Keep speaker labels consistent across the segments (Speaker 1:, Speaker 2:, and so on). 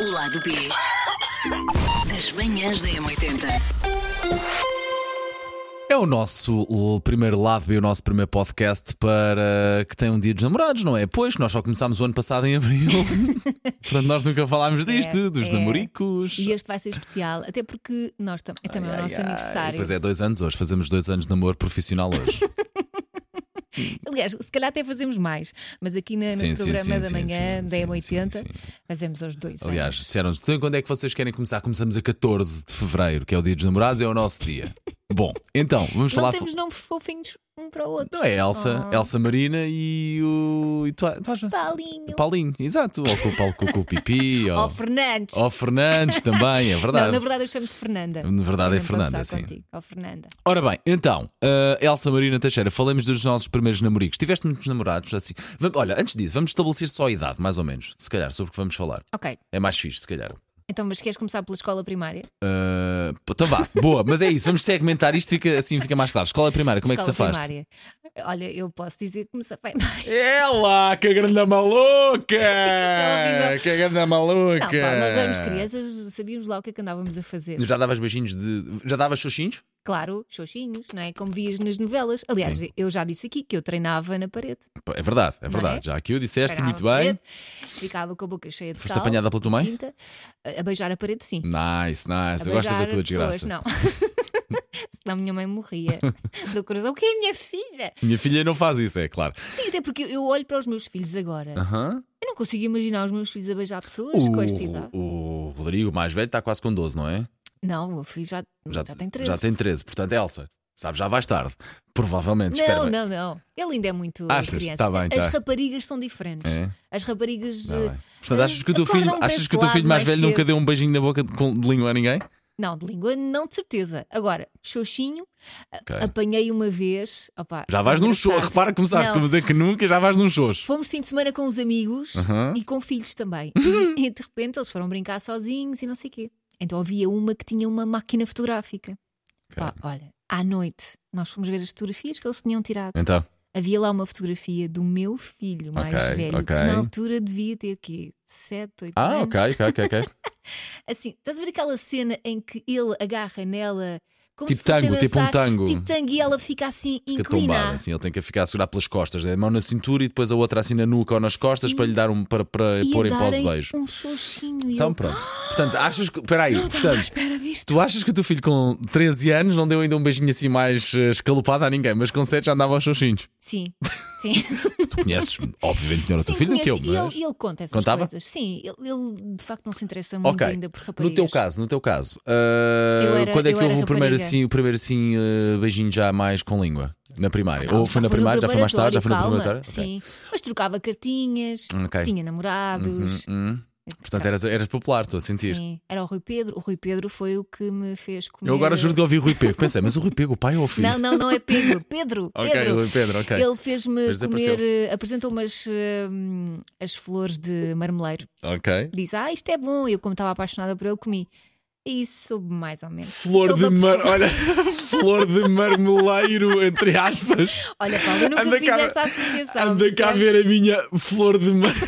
Speaker 1: O lado B das manhãs da M80.
Speaker 2: É o nosso o primeiro lado B, o nosso primeiro podcast para que tem um dia dos namorados, não é? Pois, nós só começámos o ano passado em abril. Portanto, nós nunca falámos disto, dos
Speaker 3: é.
Speaker 2: namoricos.
Speaker 3: E este vai ser especial, até porque nós tam é também o nosso
Speaker 2: Ai, ai.
Speaker 3: aniversário.
Speaker 2: Pois é, dois anos hoje, fazemos dois anos de namoro profissional hoje.
Speaker 3: Aliás, se calhar até fazemos mais, mas aqui na, no
Speaker 2: Sim, sim,
Speaker 3: programa
Speaker 2: sim,
Speaker 3: da
Speaker 2: sim,
Speaker 3: manhã
Speaker 2: sim,
Speaker 3: da
Speaker 2: sim,
Speaker 3: M80
Speaker 2: sim,
Speaker 3: fazemos aos dois. anos.
Speaker 2: Aliás, disseram-nos, então quando é que vocês querem começar? Começamos a 14 de fevereiro, que é o dia dos namorados, é o nosso dia. Bom, então, vamos
Speaker 3: não
Speaker 2: falar.
Speaker 3: temos nomes fofinhos um para o outro.
Speaker 2: Não é a Elsa, Elsa Marina e o. E tu, tu achas-
Speaker 3: Paulinho.
Speaker 2: Paulinho, exato. Ou com o Paulo Cucu Pipi.
Speaker 3: Ó Fernandes.
Speaker 2: Ó Fernandes também, é verdade.
Speaker 3: Não, na verdade eu chamo-te Fernanda.
Speaker 2: Na verdade é
Speaker 3: Não estou a
Speaker 2: Fernanda,
Speaker 3: gozar
Speaker 2: sim.
Speaker 3: contigo. Ó Fernanda.
Speaker 2: Ora bem, então, eh, Elsa Marina Teixeira, falamos dos nossos primeiros namoricos. Tiveste muitos namorados, assim. Vam- olha, antes disso, vamos estabelecer só a idade, mais ou menos, se calhar, sobre o que vamos falar.
Speaker 3: Ok,
Speaker 2: É mais fixe, se calhar.
Speaker 3: então mas queres começar pela escola primária?
Speaker 2: Eh, pô, então vá, boa, mas é isso, vamos segmentar isto, fica, assim fica mais claro. Escola primária, como é que
Speaker 3: escola
Speaker 2: te safaste? É
Speaker 3: primária. Olha, eu posso dizer que me safei mais.
Speaker 2: Ela, que grande maluca!
Speaker 3: é horrível.
Speaker 2: que grande maluca!
Speaker 3: Não, pá, nós éramos crianças, sabíamos lá o que é que andávamos a fazer.
Speaker 2: Já davas beijinhos de. Já davas xoxinhos?
Speaker 3: Claro, xoxinhos, não é? Como vias nas novelas. Aliás, eu já disse aqui que eu treinava na parede.
Speaker 2: Pô, É verdade, é verdade. Já aqui o disseste
Speaker 3: Treinava
Speaker 2: muito
Speaker 3: na
Speaker 2: bem.
Speaker 3: parede, Ficava com a boca cheia de
Speaker 2: Foste
Speaker 3: sal,
Speaker 2: apanhada pela tua mãe?
Speaker 3: tinta, a- a beijar a parede, sim.
Speaker 2: Nice, nice.
Speaker 3: a
Speaker 2: Eu gosto da
Speaker 3: beijar
Speaker 2: tua desgraça.
Speaker 3: pessoas, né? não. Senão a minha mãe morria do coração. O que é a minha filha?
Speaker 2: Minha filha não faz isso, é claro.
Speaker 3: Sim, até porque eu olho para os meus filhos agora.
Speaker 2: Aham.
Speaker 3: Eu não consigo imaginar os meus filhos a beijar pessoas com esta idade.
Speaker 2: O, o Rodrigo, o mais velho, está quase com 12, não é?
Speaker 3: Não, o meu filho já, já, tem 13.
Speaker 2: Já tem 13. Portanto, Elsa, sabe, já vais tarde. Provavelmente, espera.
Speaker 3: Não,
Speaker 2: bem.
Speaker 3: não, não. Ele ainda é muito
Speaker 2: Achas?
Speaker 3: criança.
Speaker 2: Tá bem,
Speaker 3: As
Speaker 2: tá.
Speaker 3: raparigas são diferentes.
Speaker 2: É?
Speaker 3: As raparigas.
Speaker 2: Tá
Speaker 3: eh,
Speaker 2: bem. Portanto, achas que o teu
Speaker 3: acordam
Speaker 2: filho, achas
Speaker 3: desse
Speaker 2: que o teu
Speaker 3: lado
Speaker 2: filho mais velho nunca
Speaker 3: cedo.
Speaker 2: deu um beijinho na boca de, com- de língua a ninguém?
Speaker 3: Não, de língua, não de certeza. Agora, xoxinho, a-
Speaker 2: Ok.
Speaker 3: apanhei uma vez. Opa,
Speaker 2: Já vais
Speaker 3: tão
Speaker 2: num show.
Speaker 3: engraçado.
Speaker 2: Repara que começaste
Speaker 3: Não,
Speaker 2: a dizer que nunca, já vais num show.
Speaker 3: Fomos fim de semana com os amigos
Speaker 2: Aham.
Speaker 3: e com filhos também. E, e de repente eles foram brincar sozinhos e não sei o quê. Então havia uma que tinha uma máquina fotográfica. Pá, olha, à noite nós fomos ver as fotografias que eles tinham tirado.
Speaker 2: Então,
Speaker 3: Havia lá uma fotografia do meu filho mais
Speaker 2: Ok,
Speaker 3: velho,
Speaker 2: ok.
Speaker 3: que na altura devia ter o quê? 7, 8
Speaker 2: ah,
Speaker 3: anos.
Speaker 2: ok, ok, ok, ok.
Speaker 3: Assim, estás a ver aquela cena em que ele agarra nela como
Speaker 2: Tipo
Speaker 3: se fosse
Speaker 2: tango,
Speaker 3: a
Speaker 2: tipo um
Speaker 3: dançar,
Speaker 2: tango.
Speaker 3: Tipo tango e ela fica assim
Speaker 2: Fica tombada,
Speaker 3: inclinada.
Speaker 2: assim, ele tem que ficar a segurar pelas costas, né? a mão na cintura e depois a outra assim na nuca ou nas costas
Speaker 3: Sim.
Speaker 2: para lhe dar um para, para
Speaker 3: E
Speaker 2: pôr
Speaker 3: a
Speaker 2: em pós
Speaker 3: darem
Speaker 2: beijo.
Speaker 3: Um xoxinho e
Speaker 2: Então
Speaker 3: eu,
Speaker 2: pronto. Portanto, achas que. Espera aí,
Speaker 3: Não tá estava à
Speaker 2: portanto,
Speaker 3: espera disto.
Speaker 2: tu achas que o teu filho com 13 anos não deu ainda um beijinho assim mais eh, escalopado a ninguém, mas com 7 já andava aos xoxinhos.
Speaker 3: Sim, sim. Sim,
Speaker 2: Tu conheces, obviamente, melhor o teu filho do
Speaker 3: conheço.
Speaker 2: que eu,
Speaker 3: E
Speaker 2: mas.
Speaker 3: ele, é ele conta essas
Speaker 2: Contava?
Speaker 3: coisas. Sim, ele, ele, de facto não se interessa muito
Speaker 2: Ok,
Speaker 3: ainda por
Speaker 2: no
Speaker 3: raparigas.
Speaker 2: teu caso, no teu caso, ah,
Speaker 3: Eu era-
Speaker 2: quando é
Speaker 3: eu
Speaker 2: que houve
Speaker 3: era
Speaker 2: o primeiro
Speaker 3: rapariga.
Speaker 2: assim, o primeiro assim ah, beijinho já mais com língua? Na primária?
Speaker 3: Não,
Speaker 2: Ou foi na
Speaker 3: no
Speaker 2: primária? Já foi mais tarde? Já foi na
Speaker 3: preparatório,
Speaker 2: primária?
Speaker 3: calma, Sim, mas trocava cartinhas,
Speaker 2: Ok. Uhum,
Speaker 3: tinha namorados.
Speaker 2: Portanto, eras, eras popular, estou a sentir.
Speaker 3: Sim, era o Rui Pedro. O Rui Pedro foi o que me fez comer.
Speaker 2: Eu agora juro que ouvi Rui Pego. Pensei, mas o Rui Pego, o pai ou o filho?
Speaker 3: Não, não, não é Pedro. Pedro,
Speaker 2: Ok,
Speaker 3: Pedro.
Speaker 2: Rui Pedro, ok.
Speaker 3: Ele fez-me
Speaker 2: Mas
Speaker 3: comer,
Speaker 2: desapareceu.
Speaker 3: eh, apresentou-me as, eh, hum, as flores de marmeleiro.
Speaker 2: Ok.
Speaker 3: Diz, ah, isto é bom. Eu, como estava apaixonada por ele, comi. E isso soube mais ou menos.
Speaker 2: Flor
Speaker 3: Soube
Speaker 2: de
Speaker 3: a-
Speaker 2: mar... Olha, flor de marmeleiro, entre aspas.
Speaker 3: Olha, Paulo, eu nunca
Speaker 2: Anda
Speaker 3: fiz
Speaker 2: cá-
Speaker 3: essa associação.
Speaker 2: Anda cá
Speaker 3: percebes?
Speaker 2: ver a minha flor de mar...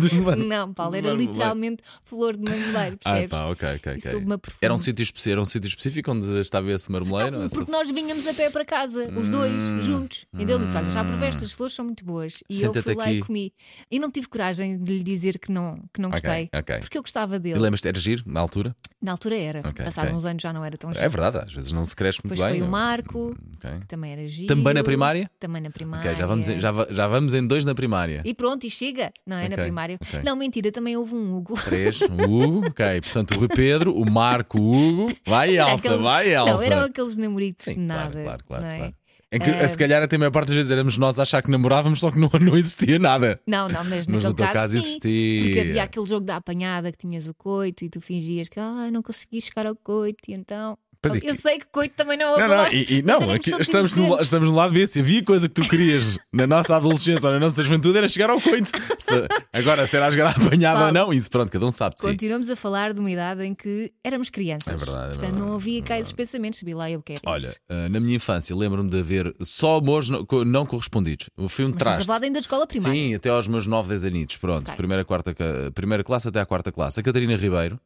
Speaker 2: de mar...
Speaker 3: Não, Paulo, era
Speaker 2: Marmeleiro.
Speaker 3: literalmente flor de marmeleiro,
Speaker 2: Ah,
Speaker 3: percebes?
Speaker 2: pá, ok, ok,
Speaker 3: Isso
Speaker 2: ok.
Speaker 3: uma profunda.
Speaker 2: Era um sítio específico, era um sítio específico onde estava esse marmeleiro? essa-
Speaker 3: Porque nós vinhamos a pé para casa, os
Speaker 2: Hum,
Speaker 3: dois, juntos. Então ele disse: Olha, já proveste, as flores são muito boas. E eu
Speaker 2: Senta-te
Speaker 3: fui lá e
Speaker 2: aqui.
Speaker 3: comi. E não tive coragem de lhe dizer que não, que não
Speaker 2: Ok,
Speaker 3: gostei.
Speaker 2: ok.
Speaker 3: Porque eu gostava
Speaker 2: E
Speaker 3: dele.
Speaker 2: lembras-te, era giro, na altura?
Speaker 3: Na altura era.
Speaker 2: Ok,
Speaker 3: Passado
Speaker 2: ok.
Speaker 3: uns anos já não era tão
Speaker 2: É
Speaker 3: giro.
Speaker 2: verdade, às vezes não se cresce muito
Speaker 3: Depois
Speaker 2: bem.
Speaker 3: foi o
Speaker 2: eu-
Speaker 3: Marco,
Speaker 2: Ok.
Speaker 3: que também era giro.
Speaker 2: Também na primária?
Speaker 3: Também na primária.
Speaker 2: Ok, já vamos, em, já, va- já vamos em dois na primária.
Speaker 3: Ah, é. E pronto, e chega. Não é na
Speaker 2: Ok,
Speaker 3: primária.
Speaker 2: ok.
Speaker 3: Não, mentira, também houve um Hugo.
Speaker 2: Três, o Hugo, ok. Portanto, o Rui Pedro, o Marco, o Hugo. Vai,
Speaker 3: Era
Speaker 2: Elsa,
Speaker 3: aqueles-
Speaker 2: vai, Elsa.
Speaker 3: Não, eram aqueles namoritos de
Speaker 2: Sim, claro,
Speaker 3: nada.
Speaker 2: Claro, claro,
Speaker 3: não é?
Speaker 2: claro. É que, se calhar até a maior parte das vezes éramos nós a achar que namorávamos, só que não, não existia nada.
Speaker 3: Não, não,
Speaker 2: Mas
Speaker 3: mas naquele
Speaker 2: no teu
Speaker 3: caso,
Speaker 2: caso
Speaker 3: sim,
Speaker 2: existia.
Speaker 3: Porque havia aquele jogo da apanhada que tinhas o coito e tu fingias que ah, não consegui chegar ao coito e então.
Speaker 2: Pois é,
Speaker 3: Eu sei que coito também não é o
Speaker 2: Não,
Speaker 3: outro
Speaker 2: não,
Speaker 3: lado,
Speaker 2: e- e-
Speaker 3: mas
Speaker 2: não
Speaker 3: era
Speaker 2: aqui
Speaker 3: questão de
Speaker 2: estamos, no, la-
Speaker 3: inocentes.
Speaker 2: estamos no lado B. Se havia coisa que tu querias na nossa adolescência ou na nossa juventude era chegar ao coito. Se- agora, se era jogar apanhado ou
Speaker 3: Paulo.
Speaker 2: não, isso pronto, cada um sabe de si.
Speaker 3: Continuamos a falar de uma idade em que éramos crianças.
Speaker 2: É verdade, é
Speaker 3: Portanto,
Speaker 2: verdade,
Speaker 3: não havia cá esses pensamentos. Sabia lá, eu quero
Speaker 2: Olha,
Speaker 3: isso.
Speaker 2: eh, na minha infância lembro-me de haver só amores no- co- não correspondidos. Foi um
Speaker 3: Mas estamos a
Speaker 2: traste.
Speaker 3: falar ainda da escola primária.
Speaker 2: Sim, até aos meus 9, 10 anitos. Pronto,
Speaker 3: Ok.
Speaker 2: primeira, quarta, ca- primeira classe até à quarta classe. A Catarina Ribeiro,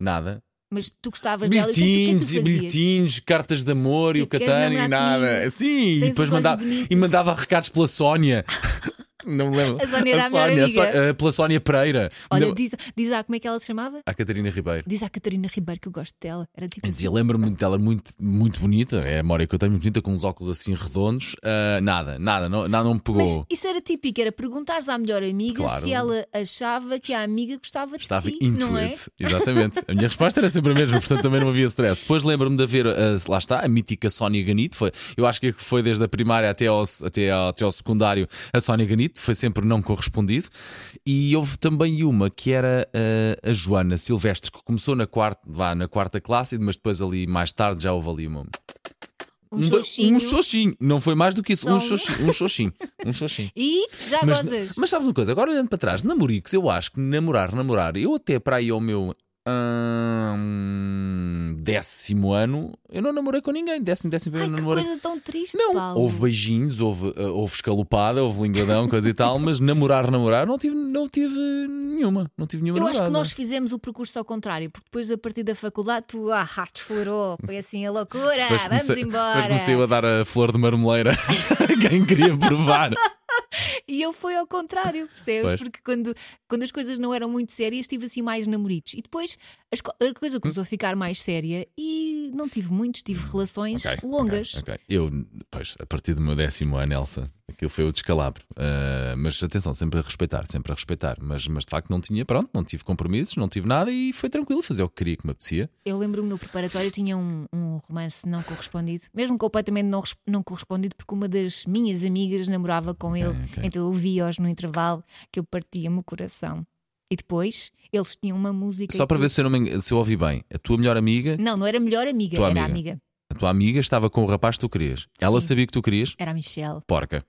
Speaker 2: nada.
Speaker 3: Mas tu gostavas dela e o que é que tu
Speaker 2: Bilhetinhos, e
Speaker 3: fazias?
Speaker 2: bilhetinhos, cartas de amor e o
Speaker 3: Tipo, queres
Speaker 2: Catano e
Speaker 3: namorar
Speaker 2: nada.
Speaker 3: comigo?
Speaker 2: Sim, e
Speaker 3: Tens
Speaker 2: depois
Speaker 3: os olhos
Speaker 2: mandava,
Speaker 3: bonitos.
Speaker 2: e mandava recados pela Sónia. Não me lembro.
Speaker 3: A Sónia era a melhor
Speaker 2: Sónia,
Speaker 3: amiga.
Speaker 2: Sónia- eh, pela Sónia Pereira.
Speaker 3: Olha,
Speaker 2: Ainda-
Speaker 3: diz, diz lá como é que ela se chamava?
Speaker 2: A Catarina Ribeiro.
Speaker 3: Diz à Catarina Ribeiro que eu gosto dela. Era tipo
Speaker 2: Eu
Speaker 3: assim.
Speaker 2: dizia, lembro-me muito dela, muito, muito bonita, é a memória que eu tenho, muito bonita, com uns óculos assim redondos. Ah, nada, nada, não, nada não me pegou.
Speaker 3: Mas isso era típico, era perguntares à melhor amiga
Speaker 2: Claro.
Speaker 3: se ela achava que a amiga gostava de
Speaker 2: Estava
Speaker 3: ti,
Speaker 2: into
Speaker 3: não é?
Speaker 2: it. Exatamente. A minha resposta era sempre a mesma, portanto também não havia stress. Depois lembro-me de haver, ah, lá está, a mítica Sónia Ganito. Foi, eu acho que foi desde a primária até ao, até ao, até ao secundário a Sónia Ganito, foi sempre não correspondido. E houve também uma que era ah, a Joana Silvestre, que começou na quarta, vá, na quarta classe, mas depois ali mais tarde já houve ali uma.
Speaker 3: Um
Speaker 2: Um ba-
Speaker 3: xoxinho.
Speaker 2: Um xoxinho. Não foi mais do que isso.
Speaker 3: Só
Speaker 2: Um
Speaker 3: um.
Speaker 2: xoxinho. Um xoxinho. Um xoxinho.
Speaker 3: E já gozas.
Speaker 2: Mas, mas sabes uma coisa? Agora olhando para trás, namoricos, eu acho que namorar, namorar, eu até para aí ao meu hum, décimo ano, eu não namorei com ninguém. Décimo, décimo
Speaker 3: Ai,
Speaker 2: ano, não
Speaker 3: que
Speaker 2: namorei.
Speaker 3: coisa tão triste,
Speaker 2: Não,
Speaker 3: Paulo.
Speaker 2: houve beijinhos, houve, ah, houve escalupada, houve linguadão, coisa e tal, mas namorar, namorar, não tive, não tive nenhuma. Não tive nenhuma
Speaker 3: Eu acho
Speaker 2: namorada.
Speaker 3: que nós fizemos o percurso ao contrário, porque depois a partir da faculdade tu, ah, desflorou, foi assim a loucura,
Speaker 2: Depois
Speaker 3: vamos
Speaker 2: comecei- Depois
Speaker 3: embora.
Speaker 2: comecei a dar a flor de marmoleira a quem queria provar.
Speaker 3: E eu fui ao contrário, percebes?
Speaker 2: Pois.
Speaker 3: Porque quando, quando as coisas não eram muito sérias, tive assim mais namoritos. E depois as co- a coisa começou a ficar mais séria e não tive muitos, tive relações
Speaker 2: Ok,
Speaker 3: longas.
Speaker 2: ok, ok. Eu, pois, a partir do meu décimo ano, Elsa, aquilo foi o descalabro. Ah, mas atenção, sempre a respeitar, sempre a respeitar. Mas, mas de facto não tinha, pronto, não tive compromissos, não tive nada e foi tranquilo fazer o que queria, que me apetecia.
Speaker 3: Eu lembro-me no preparatório tinha um, um romance não correspondido, mesmo completamente não, res- não correspondido, porque uma das minhas amigas namorava com ele,
Speaker 2: Ah, ok.
Speaker 3: então eu via-os no intervalo que eu partia-me o coração. E depois eles tinham uma música.
Speaker 2: Só
Speaker 3: e
Speaker 2: para
Speaker 3: tudo.
Speaker 2: ver se eu, não me engano- se eu ouvi bem, a tua melhor amiga,
Speaker 3: Não, não era a melhor amiga,
Speaker 2: Tua
Speaker 3: era a
Speaker 2: amiga.
Speaker 3: amiga.
Speaker 2: a tua amiga estava com o rapaz que tu querias. Ela
Speaker 3: Sim.
Speaker 2: sabia que tu querias?
Speaker 3: Era a Michelle.
Speaker 2: Porca.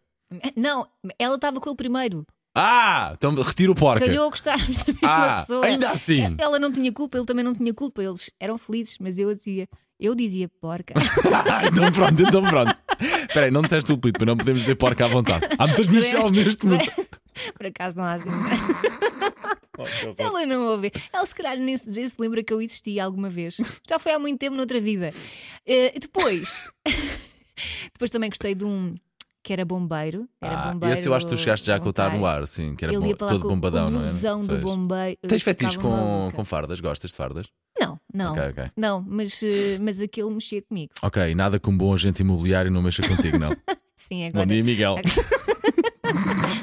Speaker 3: Não, ela estava com ele primeiro.
Speaker 2: Ah! Então retiro o porca.
Speaker 3: Calhou a gostarmos da mesma
Speaker 2: Ah,
Speaker 3: pessoa.
Speaker 2: ainda assim.
Speaker 3: Ela não tinha culpa, ele também não tinha culpa. Eles eram felizes, mas eu dizia, eu dizia porca.
Speaker 2: então pronto, então pronto. Espera aí, não disseste o apelido, mas não podemos dizer porca à vontade. Há muitas
Speaker 3: é?
Speaker 2: Michelles neste mundo.
Speaker 3: Por acaso não há assim. Se ela não ouvir, ela se calhar nem se nem se lembra que eu existi alguma vez. Já foi há muito tempo noutra vida. Eh, depois, depois também gostei de um que era bombeiro. Era
Speaker 2: Ah,
Speaker 3: bombeiro
Speaker 2: esse eu acho que tu chegaste já a contar no
Speaker 3: voluntário.
Speaker 2: ar, sim, que era
Speaker 3: Ele
Speaker 2: bom-
Speaker 3: ia para lá
Speaker 2: todo
Speaker 3: com
Speaker 2: bombadão,
Speaker 3: o
Speaker 2: não é?
Speaker 3: blusão do
Speaker 2: Pois.
Speaker 3: bombeiro. Eu
Speaker 2: Tens fetiches
Speaker 3: ficava
Speaker 2: com,
Speaker 3: maluca.
Speaker 2: com fardas? Gostas de fardas?
Speaker 3: Não, não.
Speaker 2: Ok, ok.
Speaker 3: Não, mas, eh, mas aquele mexia comigo.
Speaker 2: Ok, nada com bom agente imobiliário não mexa contigo, não.
Speaker 3: Sim,
Speaker 2: bom
Speaker 3: agora.
Speaker 2: dia, Miguel.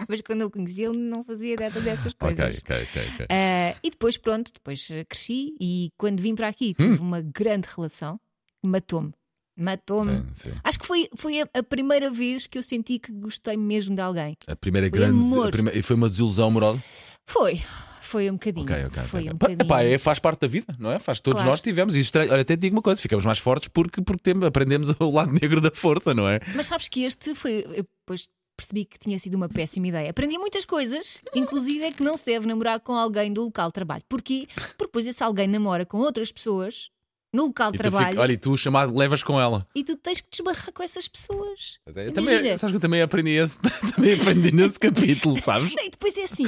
Speaker 3: Mas quando eu conheci ele, não fazia nada dessas
Speaker 2: ok,
Speaker 3: coisas.
Speaker 2: ok, ok. ok.
Speaker 3: Ah, e depois, pronto, depois eh, cresci e quando vim para
Speaker 2: Hum.
Speaker 3: aqui tive uma grande relação, matou-me. Matou-me.
Speaker 2: Sim, sim.
Speaker 3: Acho que foi, foi a, a primeira vez que eu senti que gostei mesmo de alguém.
Speaker 2: A primeira
Speaker 3: Foi
Speaker 2: grande.
Speaker 3: amor.
Speaker 2: a primeira- E foi uma desilusão amorosa?
Speaker 3: Foi, foi um bocadinho.
Speaker 2: Ok, ok.
Speaker 3: foi
Speaker 2: ok.
Speaker 3: um
Speaker 2: Pá,
Speaker 3: bocadinho.
Speaker 2: pá, é, faz parte da vida, não é? Faz todos
Speaker 3: Claro.
Speaker 2: nós tivemos. E estranho- Olha, até te digo uma coisa: ficamos mais fortes porque, porque temos, aprendemos o lado negro da força, não é?
Speaker 3: Mas sabes que este foi. Eu depois percebi que tinha sido uma péssima ideia. Aprendi muitas coisas, inclusive é que não se deve namorar com alguém do local de trabalho. Porquê? Porque depois esse alguém namora com outras pessoas no local de
Speaker 2: E tu
Speaker 3: trabalho
Speaker 2: fica- olha, e tu o chamado levas com ela.
Speaker 3: e tu tens que te esbarrar com essas pessoas.
Speaker 2: Mas é, Eu
Speaker 3: Imagina.
Speaker 2: também, sabes que eu também aprendi esse, também aprendi nesse capítulo, sabes?
Speaker 3: E depois é assim: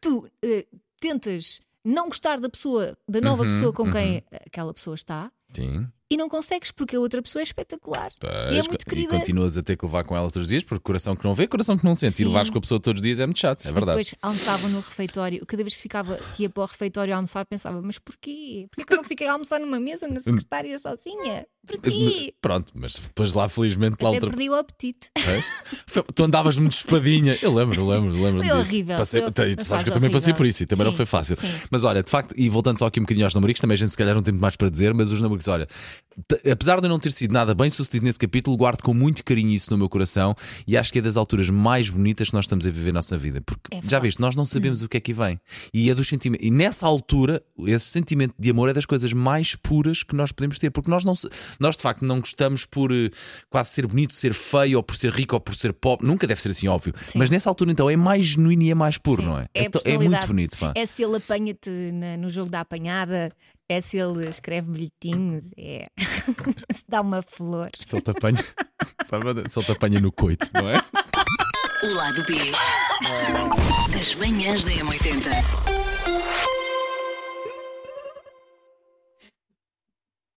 Speaker 3: tu eh, tentas não gostar da pessoa, da
Speaker 2: Uhum,
Speaker 3: nova pessoa com quem aquela pessoa está.
Speaker 2: Sim.
Speaker 3: E não consegues porque a outra pessoa é espetacular.
Speaker 2: Pois,
Speaker 3: e é muito
Speaker 2: co-
Speaker 3: querida.
Speaker 2: E continuas a ter que levar com ela todos os dias, porque coração que não vê, coração que não sente.
Speaker 3: Sim.
Speaker 2: E levares com a pessoa todos os dias é muito chato, é verdade.
Speaker 3: E depois almoçavam no refeitório. Eu, Cada vez que ficava que ia para o refeitório almoçar, pensava: mas porquê? Porquê que eu não fiquei a almoçar numa mesa na secretária sozinha? Porquê?
Speaker 2: Pronto, mas depois lá, felizmente, lá
Speaker 3: Até
Speaker 2: outra.
Speaker 3: perdi o apetite.
Speaker 2: Pois. Foi- Tu andavas muito de espadinha. Eu lembro, lembro, lembro.
Speaker 3: Foi
Speaker 2: disso.
Speaker 3: horrível,
Speaker 2: Passei-
Speaker 3: foi-
Speaker 2: Tá, e tu
Speaker 3: foi
Speaker 2: sabes que eu
Speaker 3: fase
Speaker 2: também passei
Speaker 3: horrível.
Speaker 2: por isso e também não
Speaker 3: Sim,
Speaker 2: foi fácil.
Speaker 3: sim.
Speaker 2: Mas olha, de facto, e voltando só aqui um bocadinho aos namoricos, também a gente se calhar não tem muito mais para dizer, mas os namoricos, olha, T- Apesar de eu não ter sido nada bem sucedido nesse capítulo, guardo com muito carinho isso no meu coração e acho que é das alturas mais bonitas que nós estamos a viver na nossa vida. Porque,
Speaker 3: É
Speaker 2: já viste, nós não sabemos o que é que vem. E é do sentimento. E nessa altura, esse sentimento de amor é das coisas mais puras que nós podemos ter. Porque nós, não, se- nós de facto, não gostamos por eh, quase ser bonito, ser feio, ou por ser rico, ou por ser pobre. Nunca deve ser assim, óbvio.
Speaker 3: Sim.
Speaker 2: Mas nessa altura, então, é mais genuíno e é mais puro,
Speaker 3: Sim,
Speaker 2: não é?
Speaker 3: é a
Speaker 2: to- muito
Speaker 3: personalidade.
Speaker 2: bonito, pá.
Speaker 3: É se ele apanha-te na- no jogo da apanhada, é se ele escreve bilhetinhos, é se dá uma flor.
Speaker 2: Se ele te apanha, sabe, se ele te apanha no coito, não é?
Speaker 1: O lado B das manhãs da M80.